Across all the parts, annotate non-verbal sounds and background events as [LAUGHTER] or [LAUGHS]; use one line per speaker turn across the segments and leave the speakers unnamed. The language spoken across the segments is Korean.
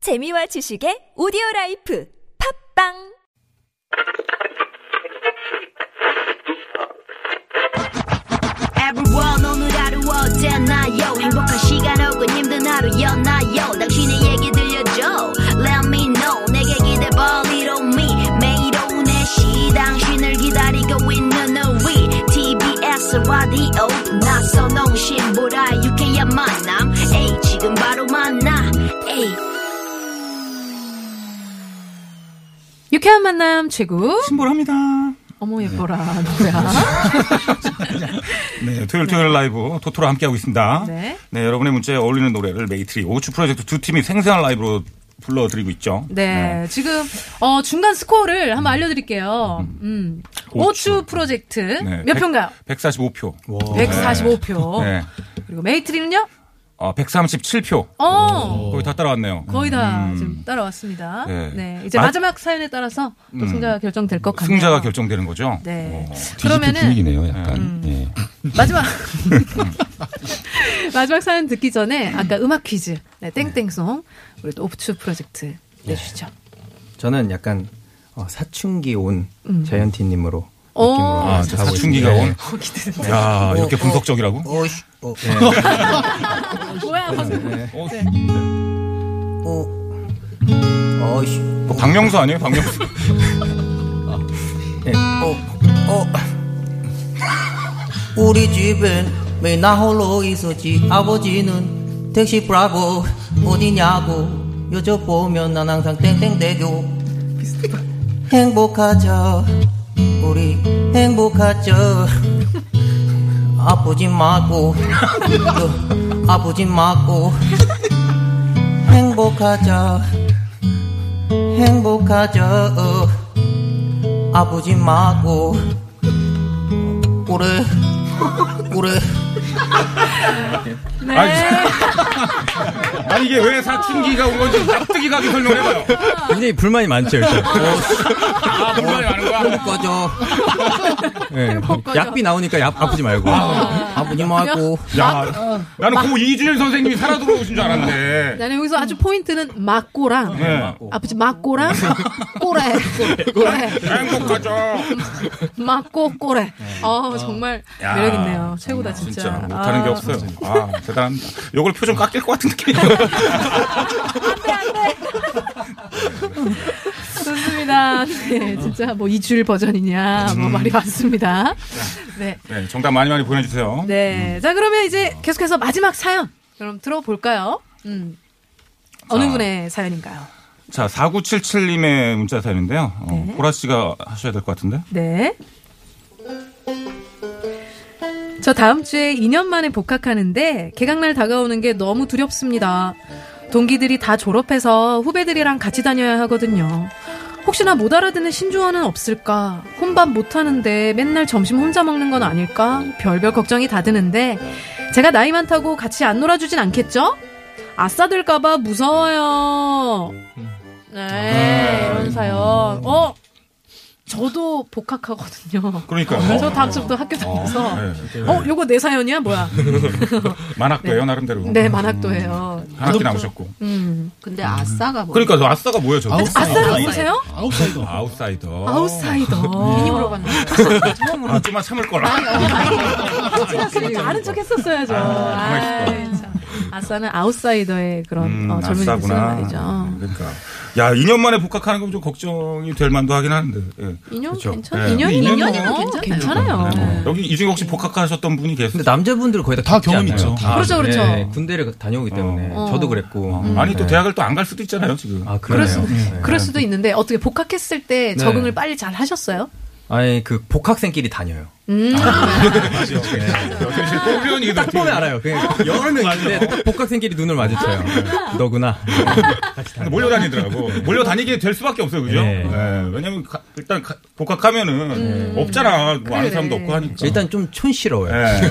재미와 지식의 오디오 라이프 팝빵
Everyone 오늘 하루 어땠나요 행복한 시간 혹은 힘든 하루였나요 당신의 얘기 들려줘 Let me know 내게 기대봐 Little me 매일 오후 4시 당신을 기다리고 있는 우리 TBS 라디오 나선홍 신보라 유쾌한 만남 에이 지금 바로 만나 에이
유쾌한 만남 최고.
신보합니다
어머 예뻐라 누구야?
네, 토요일 토요일 라이브 토토로 함께하고 있습니다.
네.
네. 여러분의 문제에 어울리는 노래를 메이트리 오추 프로젝트 두 팀이 생생한 라이브로 불러드리고 있죠.
네, 지금 어 중간 스코어를 한번 알려드릴게요. 음,
오추.
오추 프로젝트
네,
몇
백-
표인가요?
145표.
145표.
네.
그리고 메이트리는요?
어, 137표.
어.
거의 다 따라왔네요.
거의 다 지금 따라왔습니다. 네.
네.
이제
마-
마지막 사연에 따라서 또 승자가 결정될 것 같아요.
승자가 결정되는 어, 거죠.
네.
뒤집힌
그러면은 음.
분위기네요, 약간. 예.
마지막 마지막 사연 듣기 전에 아까 음악 퀴즈 네, 땡땡송 우리 또 오추 프로젝트 내주시죠.
저는 약간 어, 사춘기 온
음.
자이언티님으로
오.
느낌으로
아,
가고
저
있습니다.
사춘기가
네.
온. 야, 아,
네.
이렇게 분석적이라고?
어. 어, 씨, 어,
예.
뭐야? 방금.
어,
어, 어, 씨,
뭐 박명수 아니에요? 박명수.
[LAUGHS]
어, 어. 우리 집엔 매일 나 홀로 있었지. 아버지는 택시 브라보 어디냐고 여쭤보면 난 항상 땡땡대교. 행복하죠. 우리 행복하죠. 아프지 말고, 저, 아프지 말고. 행복하죠. 행복하죠. 아버지 마고 우리 우리
네.
아니, 아니, 이게 왜 사춘기가 온 건지 납득이 가게 설명해봐요.
아.
굉장히 불만이 많죠, 일단.
아, 불만이 많은 거야?
꺼져
예. 약비 나오니까 약 아프지 말고.
아버지 마고
야, 그, 나는 고 이준일 선생님이 살아 돌아오신 줄 알았는데.
나는 여기서 아주 포인트는 막고랑
네.
아버지 막고랑 꼬레 꼬레
행복하죠.
막고 꼬레 어 정말
네. 야,
매력 있네요 최고다 진짜,
진짜, 못하는 게
아,
없어요. 아, 대단합니다. 요걸 표정 깎일 것 같은 느낌. [LAUGHS]
좋습니다
어.
네 진짜 뭐 이줄 버전이냐
음.
뭐 말이 많습니다
네, 정답 많이 많이 보내주세요.
네네자 그러면 이제 계속해서 마지막 사연 그럼 들어볼까요 음 어느
자.
분의 사연인가요
자, 4977님의 문자 사연인데요. 어, 보라 씨가 하셔야 될 것 같은데.
네. 저 다음 주에 2년 만에 복학하는데 개강날 다가오는 게 너무 두렵습니다. 동기들이 다 졸업해서 후배들이랑 같이 다녀야 하거든요. 혹시나 못 알아듣는 신조어는 없을까? 혼밥 못 하는데 맨날 점심 혼자 먹는 건 아닐까? 별별 걱정이 다 드는데 제가 나이 많다고 같이 안 놀아주진 않겠죠? 아싸 될까봐 무서워요. 네,
아,
이런 사연. 어, 저도 복학하거든요. 어,
그러니까요.
저 다음 주부터 학교 다녀서.
네.
어, 요거 내 사연이야? 뭐야?
만학도예요, 나름대로. 음.
네, 만학도예요.
한 학기 남으셨고.
음.
근데 아싸가 뭐
그러니까 저 아싸가 뭐예요, 저거?
아싸가 누구세요?
아웃사이더.
아웃사이더.
물어봤나요?
아, 좀만 참을 거라.
아는척 했었어야죠.
정말
아이, 참. 아싸는 아웃사이더의 그런
음,
어, 젊은 인들 쓰는
아싸구나.
말이죠.
음, 그러니까. 야, 2년 만에 복학하는 건 좀 걱정이 될 만도 하긴 하는데. 예.
인연
그렇죠.
괜찮아?
네.
인연이
인연이면
뭐
괜찮아요.
괜찮아요.
네. 여기 이 중에 혹시 복학하셨던 분이 계세요?
근데 남자분들은 거의 다,
다
겪지
경험
않나요?
있죠.
다. 네,
그렇죠, 그렇죠.
군대를 다녀오기 때문에
어.
저도 그랬고
아니 또
네.
대학을 또 안 갈 수도 있잖아요 지금.
아
그럴,
그러네요.
수,
네.
그럴 수도 있는데 어떻게 복학했을 때
네.
적응을 빨리 잘 하셨어요?
아니 그 복학생끼리 다녀요.
음.
표현이
딱 보면 알아요.
[LAUGHS]
그냥 여러 명인데 딱 복학생끼리 눈을 마주쳐요. 네. 너구나.
네.
몰려다니더라고.
[LAUGHS]
몰려다니게 될 수밖에 없어요, 그죠?
네.
네, 왜냐면 가- 일단 가-
음.
복학하면은 없잖아. 뭐 아는 사람도 없고 하니까.
일단 좀 촌스러워요. 아,
네.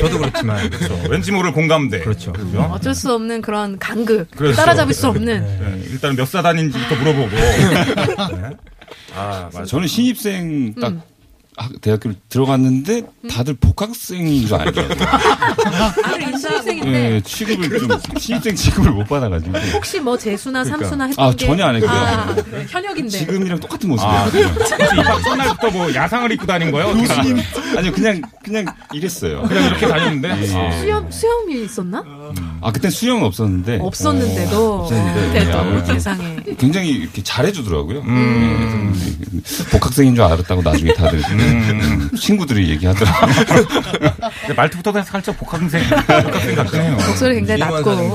저도 그렇지만
그렇죠. [LAUGHS] 왠지 모를 공감대.
그렇죠.
그죠?
어쩔 수 없는 그런 간극.
그렇죠.
따라잡을 수 없는.
네, 일단
[LAUGHS]
몇 사단인지부터 물어보고. 네. 아 맞아.
음.
저는 신입생 딱
학- 대학교를 들어갔는데 다들 복학생인 줄 알게
[LAUGHS] 아들 신입생인데
예, 취급을 좀
[LAUGHS]
신입생 취급을 못 받아가지고
혹시 뭐 재수나 삼수나 했던
아,
게
전혀 안 했고요.
아, 그래. 현역인데
지금이랑 똑같은
아,
네.
모습이에요.
그래요? 혹시 입학 첫날부터 뭐 야상을 입고 다닌 거예요? 어떻게
교수님
알아요?
그 아니요 그냥 그냥 이랬어요.
그냥
네.
이렇게 다녔는데?
네.
아.
수염 수염이 있었나?
아 그때 수영은 없었는데
없었는데도
없었는데
그때도
네, 아무튼
세상에
굉장히 이렇게 잘해주더라고요.
음.
음.
음.
네, 그래서 복학생인 줄 알았다고 나중에 다들
음.
음, 친구들이 얘기하더라고요.
근데 말투부터 그냥 살짝 복학생, 복학생 같긴 해요.
목소리 굉장히
이만
낮고
사는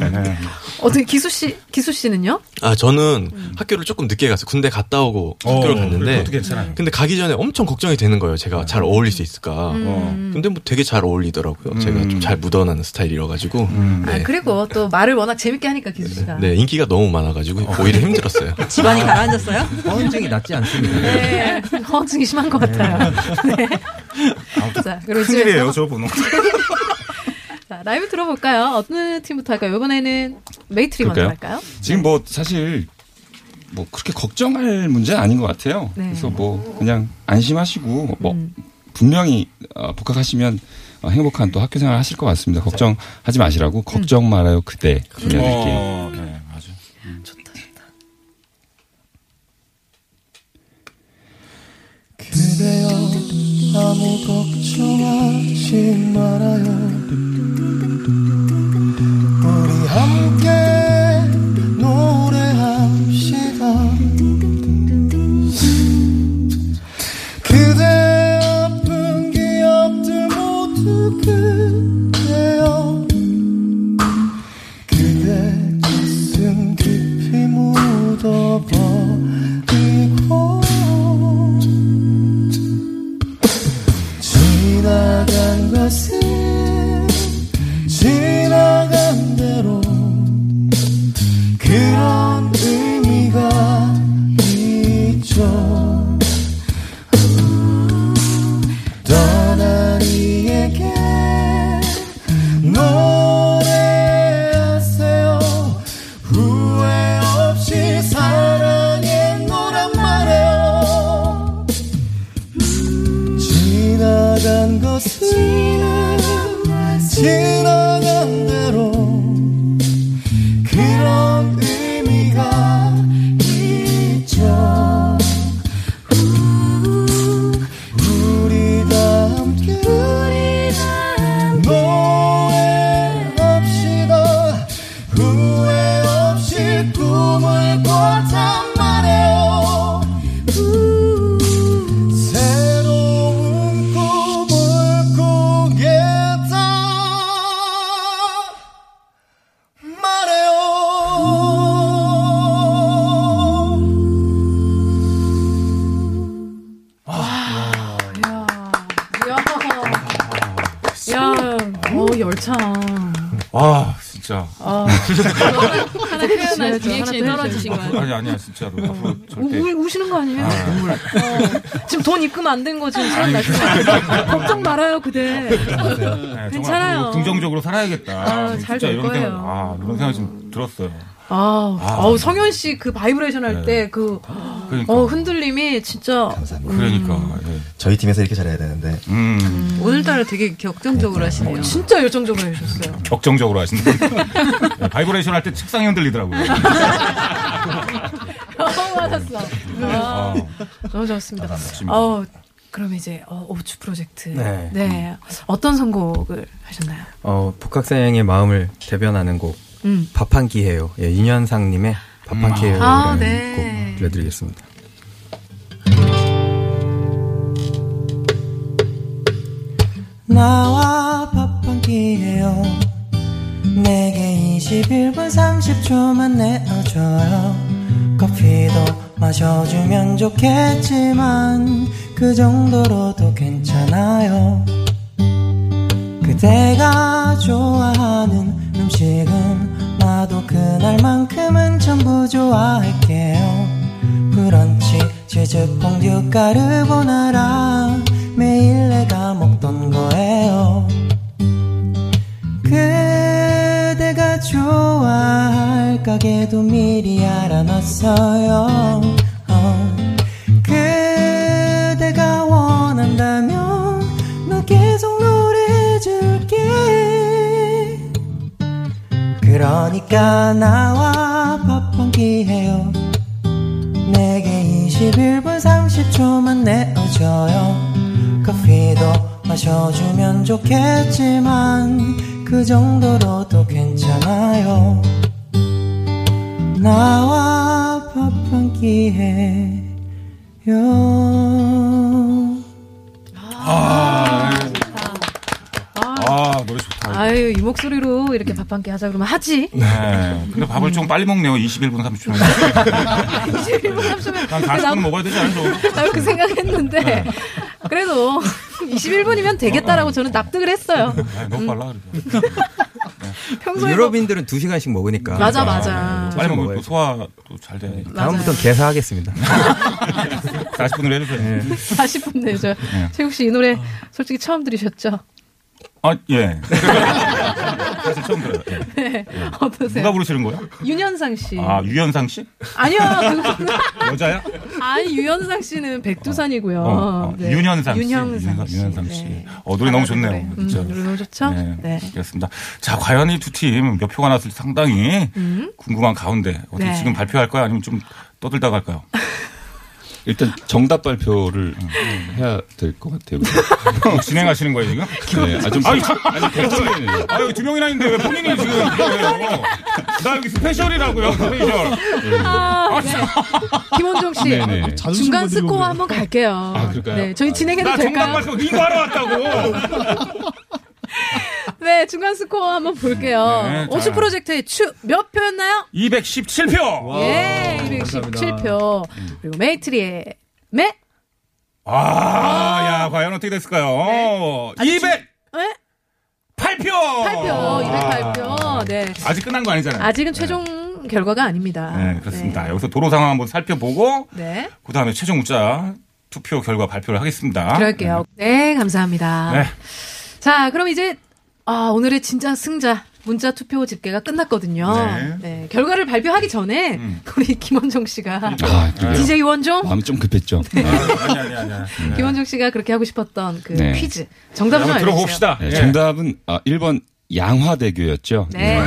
거는.
어떻게 기수 씨 기수 씨는요?
아 저는 학교를 조금 늦게 갔어요. 군대 갔다 오고 학교를 갔는데
어, 그것도 괜찮아요. 음.
근데 가기 전에 엄청 걱정이 되는 거예요. 제가 잘 어울릴 수 있을까. 근데 뭐 되게 잘 어울리더라고요. 제가
음.
좀 잘 묻어나는 스타일이라 가지고
아,
네.
그리고 또 말을 워낙 재밌게 하니까 기수 씨가
네, 인기가 너무 많아가지고 오히려 힘들었어요.
집안이 가라앉았어요?
[LAUGHS]
허언증이 낫지 않습니다.
네. 허증이 심한 것 같아요. 네. 자, 그리고 집에서
큰일이에요, 저
어,
보는 거.
자, 라이브 들어볼까요? 어느 팀부터 할까요? 이번에는 메이트리 먼저
그럴까요?
할까요?
지금 뭐 사실 뭐 그렇게 걱정할 문제는 아닌 것 같아요.
네.
그래서 뭐 그냥 안심하시고 뭐
음.
분명히 어, 복학하시면 어, 행복한 또 학교 생활 하실 것 같습니다. 걱정하지
음.
마시라고 걱정 말아요 그대
그렇죠.
그런 느낌.
어, 네, 맞아.
그대여 아무 걱정하지 말아요 우리 함께 노래합시다 그대 아픈 기억들 모두 그대여 그대 가슴 깊이 묻어버리고 지나간 것은 지나간 대로 그런 의미가 있죠 음, 떠난 이에게 노래하세요 후회 없이 사랑해 노란 말해요 지나간 것은 지나간 대로 그런 의미가 있죠 우리 다 함께 노래합시다 후회 없이 꿈을 꿨단 말이에요 새로운 꿈을 꾸겠다 말해요
이야, 이야, 어, 열차.
[LAUGHS] 아, 진짜.
아, 하나 표현할 줄
리액션이
하나
떨어지신 거
아니, 아니야, 진짜로.
음.
앞으로 절대.
우, 우시는 거 아니에요? 어, 지금 돈 입금 안 된 거 지금 시간 날거 걱정 말아요, 그대.
네,
괜찮아요.
정말 긍정적으로 살아야겠다.
아,
진짜
잘될
이런 생각,
거예요.
아, 이런 생각이 좀 들었어요.
아, 어우, 성현 씨 그 바이브레이션 할 때 그,
그러니까.
어, 흔들림이 음. 진짜.
그러니까. 예.
저희 팀에서 이렇게 잘해야 되는데.
음,
오늘따라 되게 격정적으로 하시네요.
진짜 열정적으로 해주셨어요.
격정적으로 하신다. [LAUGHS] 네, 바이브레이션 할 때 책상이 흔들리더라고요.
너무 맞았어. 아,
아,
너무 좋았습니다.
맞습니다.
어, 그럼 이제 어, 오추 프로젝트. 네.
네.
어떤 선곡을 하셨나요?
어, 복학생의 마음을 대변하는 곡.
음.
밥 한 끼예요. 예, 윤현상님의 밥 한 끼예요라는
아, 네.
곡 들려드리겠습니다.
나와 밥한 끼예요 내게 21분 30초만 내어줘요 커피도 마셔주면 좋겠지만 그 정도로도 괜찮아요 그대가 좋아하는 음식은 나도 그날만큼은 전부 좋아할게요 브런치 치즈 퐁듀 까르보나라 매일 내가 먹던 거예요 그대가 좋아할 가게도 미리 알아놨어요 어. 그대가 원
그러니까 나와 밥번기해요 내게 21분 30초만 내어줘요 커피도 마셔주면 좋겠지만 그 정도로도 괜찮아요 나와 밥번기해요
아, 노래 좋다.
아유, 이 목소리로 이렇게 밥 한 끼 하자 그러면 하지.
네. 근데 밥을 좀 빨리 먹네요. 21분
[LAUGHS]
30초. 한 40분 먹어야 되지 않아요?
나도 그 생각했는데
네.
그래도 21분이면
어.
되겠다라고 저는 납득을 했어요.
아, 너무 빨라. 그래도.
평소에
유럽인들은 두 시간씩 먹으니까.
음. 맞아, 맞아.
빨리
천천히
먹으면
먹어야지.
뭐, 또 소화도 잘 되네.
다음부터는 개사하겠습니다.
40분으로 해주세요.
예. 40분 내죠.
네.
최국 씨 이 노래 솔직히 처음 들으셨죠?
아, 예. 사실 처음 들어요. 예.
네. 어떠세요?
누가 부르시는 거예요?
윤현상 씨.
아, 유현상 씨?
아니요. 그거는-
여자야?
아니 유현상 씨는 백두산이고요.
어, 어,
네.
윤현상 씨.
윤현상 씨.
윤현상 씨.
네.
어, 노래 너무 좋네요.
그래. 음,
진짜.
노래 너무 좋죠?
네.
네.
그렇습니다. 자, 과연 이 두 팀 몇 표가 났을지 상당히
음.
궁금한 가운데 어떻게
네.
지금 발표할까요? 아니면 좀 떠들다 갈까요?
일단 정답 발표를 해야 될 것 같아요.
[LAUGHS]
어, 진행하시는 거예요, 지금?
네, 아, 좀
아니,
설- 아니, 결정을.
아, 여기 두 명이나 있는데 왜 본인이 지금. 이거예요? 나 여기 스페셜이라고요, [LAUGHS] 스페셜.
아, 네. 김원종 씨
네, 네.
아,
중간 스코어 한번 갈게요.
그럴까요?
네, 저희 진행해도
나 정답
될까요?
맞고 이거 하러
[LAUGHS]
왔다고.
네, 중간 스코어 한번 볼게요.
네,
오츠
잘.
프로젝트의 추 몇 표였나요?
217표.
예, 217표. 그리고 메이트리의 메
아, 야, 과연 어떻게 됐을까요? 208표!
네? 8표, 208표. 네.
어. 아직 끝난 거 아니잖아요.
아직은 최종 결과가 아닙니다.
네, 그렇습니다. 여기서 도로 상황 한번 살펴보고,
네.
그 다음에 최종 문자 투표 결과 발표를 하겠습니다.
그럴게요. 아, 네, 감사합니다.
아, 네.
자, 그럼 이제 아, 오늘의 진짜 승자 문자 투표 집계가 끝났거든요.
네.
네, 결과를 발표하기 전에
음.
우리 김원종 씨가
아, 그래요?
DJ 원종
마음이 좀 급했죠.
네.
아니, 아니, 아니. 아니.
김원종 씨가 그렇게 하고 싶었던 그
네.
퀴즈 정답 좀
네. 한번
알려주세요.
들어봅시다.
네,
예.
정답은 아, 1번 양화대교였죠.
네.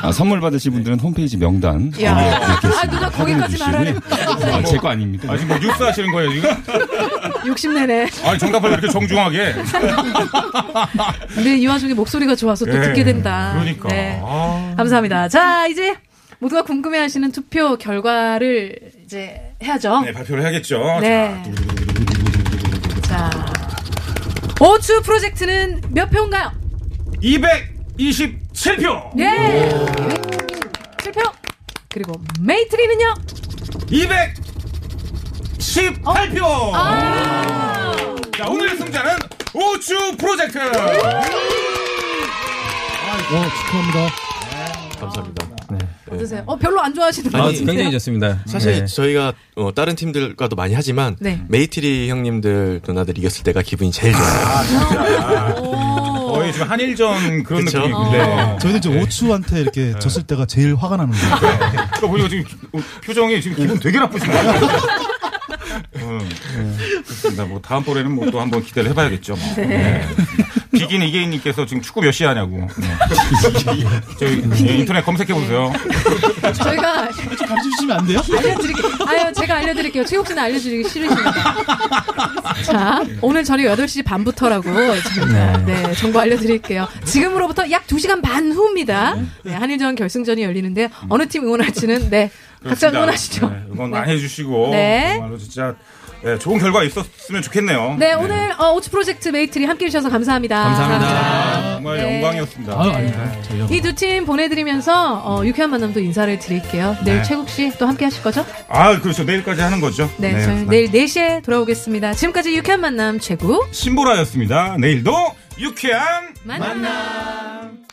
아, 선물 받으실 분들은 홈페이지 명단
야,
어,
아 누가 거기까지 말하래?
아, 제거 아닙니다.
아, 지금 뭐 뉴스 하시는 거예요, 지금?
욕심 내네.
아니, 정답을
[LAUGHS]
이렇게 정중하게.
근데 이 와중에 목소리가 좋아서 또
예.
듣게 된다.
그러니까.
네.
아.
감사합니다. 자, 이제 모두가 궁금해하시는 투표 결과를 이제 해야죠.
네, 발표를 해야겠죠.
네. 자, 오츠 프로젝트는 몇 표인가요?
227표!
예, 네. 7표. 그리고 메이트리는요?
218표! 자, 오늘의 승자는 우주 프로젝트!
축하합니다.
감사합니다.
네.
어떠세요? 어, 별로 안 좋아하시는 분
아,
아니,
굉장히 좋습니다.
사실
네.
저희가 어, 다른 팀들과도 많이 하지만
네.
메이트리 형님들 누나들 이겼을 때가 기분이 제일 좋아요.
거의 지금 한일전 그런
그쵸?
느낌인데.
어.
저희는 이제 오추한테 이렇게 졌을 때가 제일 화가 나는 거예요.
그러니까 보니까 지금 기- 어, 표정이 지금 기분 되게 나쁘신 것 같아요. 음, 그렇습니다. 뭐 다음 번에는 뭐 또 한번 기대를 해봐야겠죠. 뭐. 네. 비긴 이계인님께서 지금 축구 몇 시 하냐고. 네. 저희 예, 인터넷 검색해 보세요.
저희가
감시 주시면 안 돼요?
[LAUGHS] 알려드릴게요. 아유, 제가 알려드릴게요. 최욱 씨는 알려드리기 싫으십니다. 자, 오늘 저녁 8시 반부터라고. 저희가, 네. 정보 알려드릴게요. 지금으로부터 약 2시간 반 후입니다. 네, 한일전 결승전이 열리는데, 어느 팀 응원할지는, 네, 각자
그렇습니다.
응원하시죠.
네, 응원 많이 해주시고
네.
정말로 진짜 예, 좋은 결과 있었으면 좋겠네요.
네, 오늘 어, 오츠 프로젝트 메이트리 함께 해주셔서 감사합니다.
정말
네.
영광이었습니다.
이 두 팀 보내드리면서 어, 유쾌한 만남도 인사를 드릴게요. 내일
네.
최국 씨 또 함께 하실 거죠?
아 그렇죠. 내일까지 하는 거죠.
네, 저는 내일 4시에 돌아오겠습니다. 지금까지 유쾌한 만남 최국
신보라였습니다. 내일도 유쾌한
만남.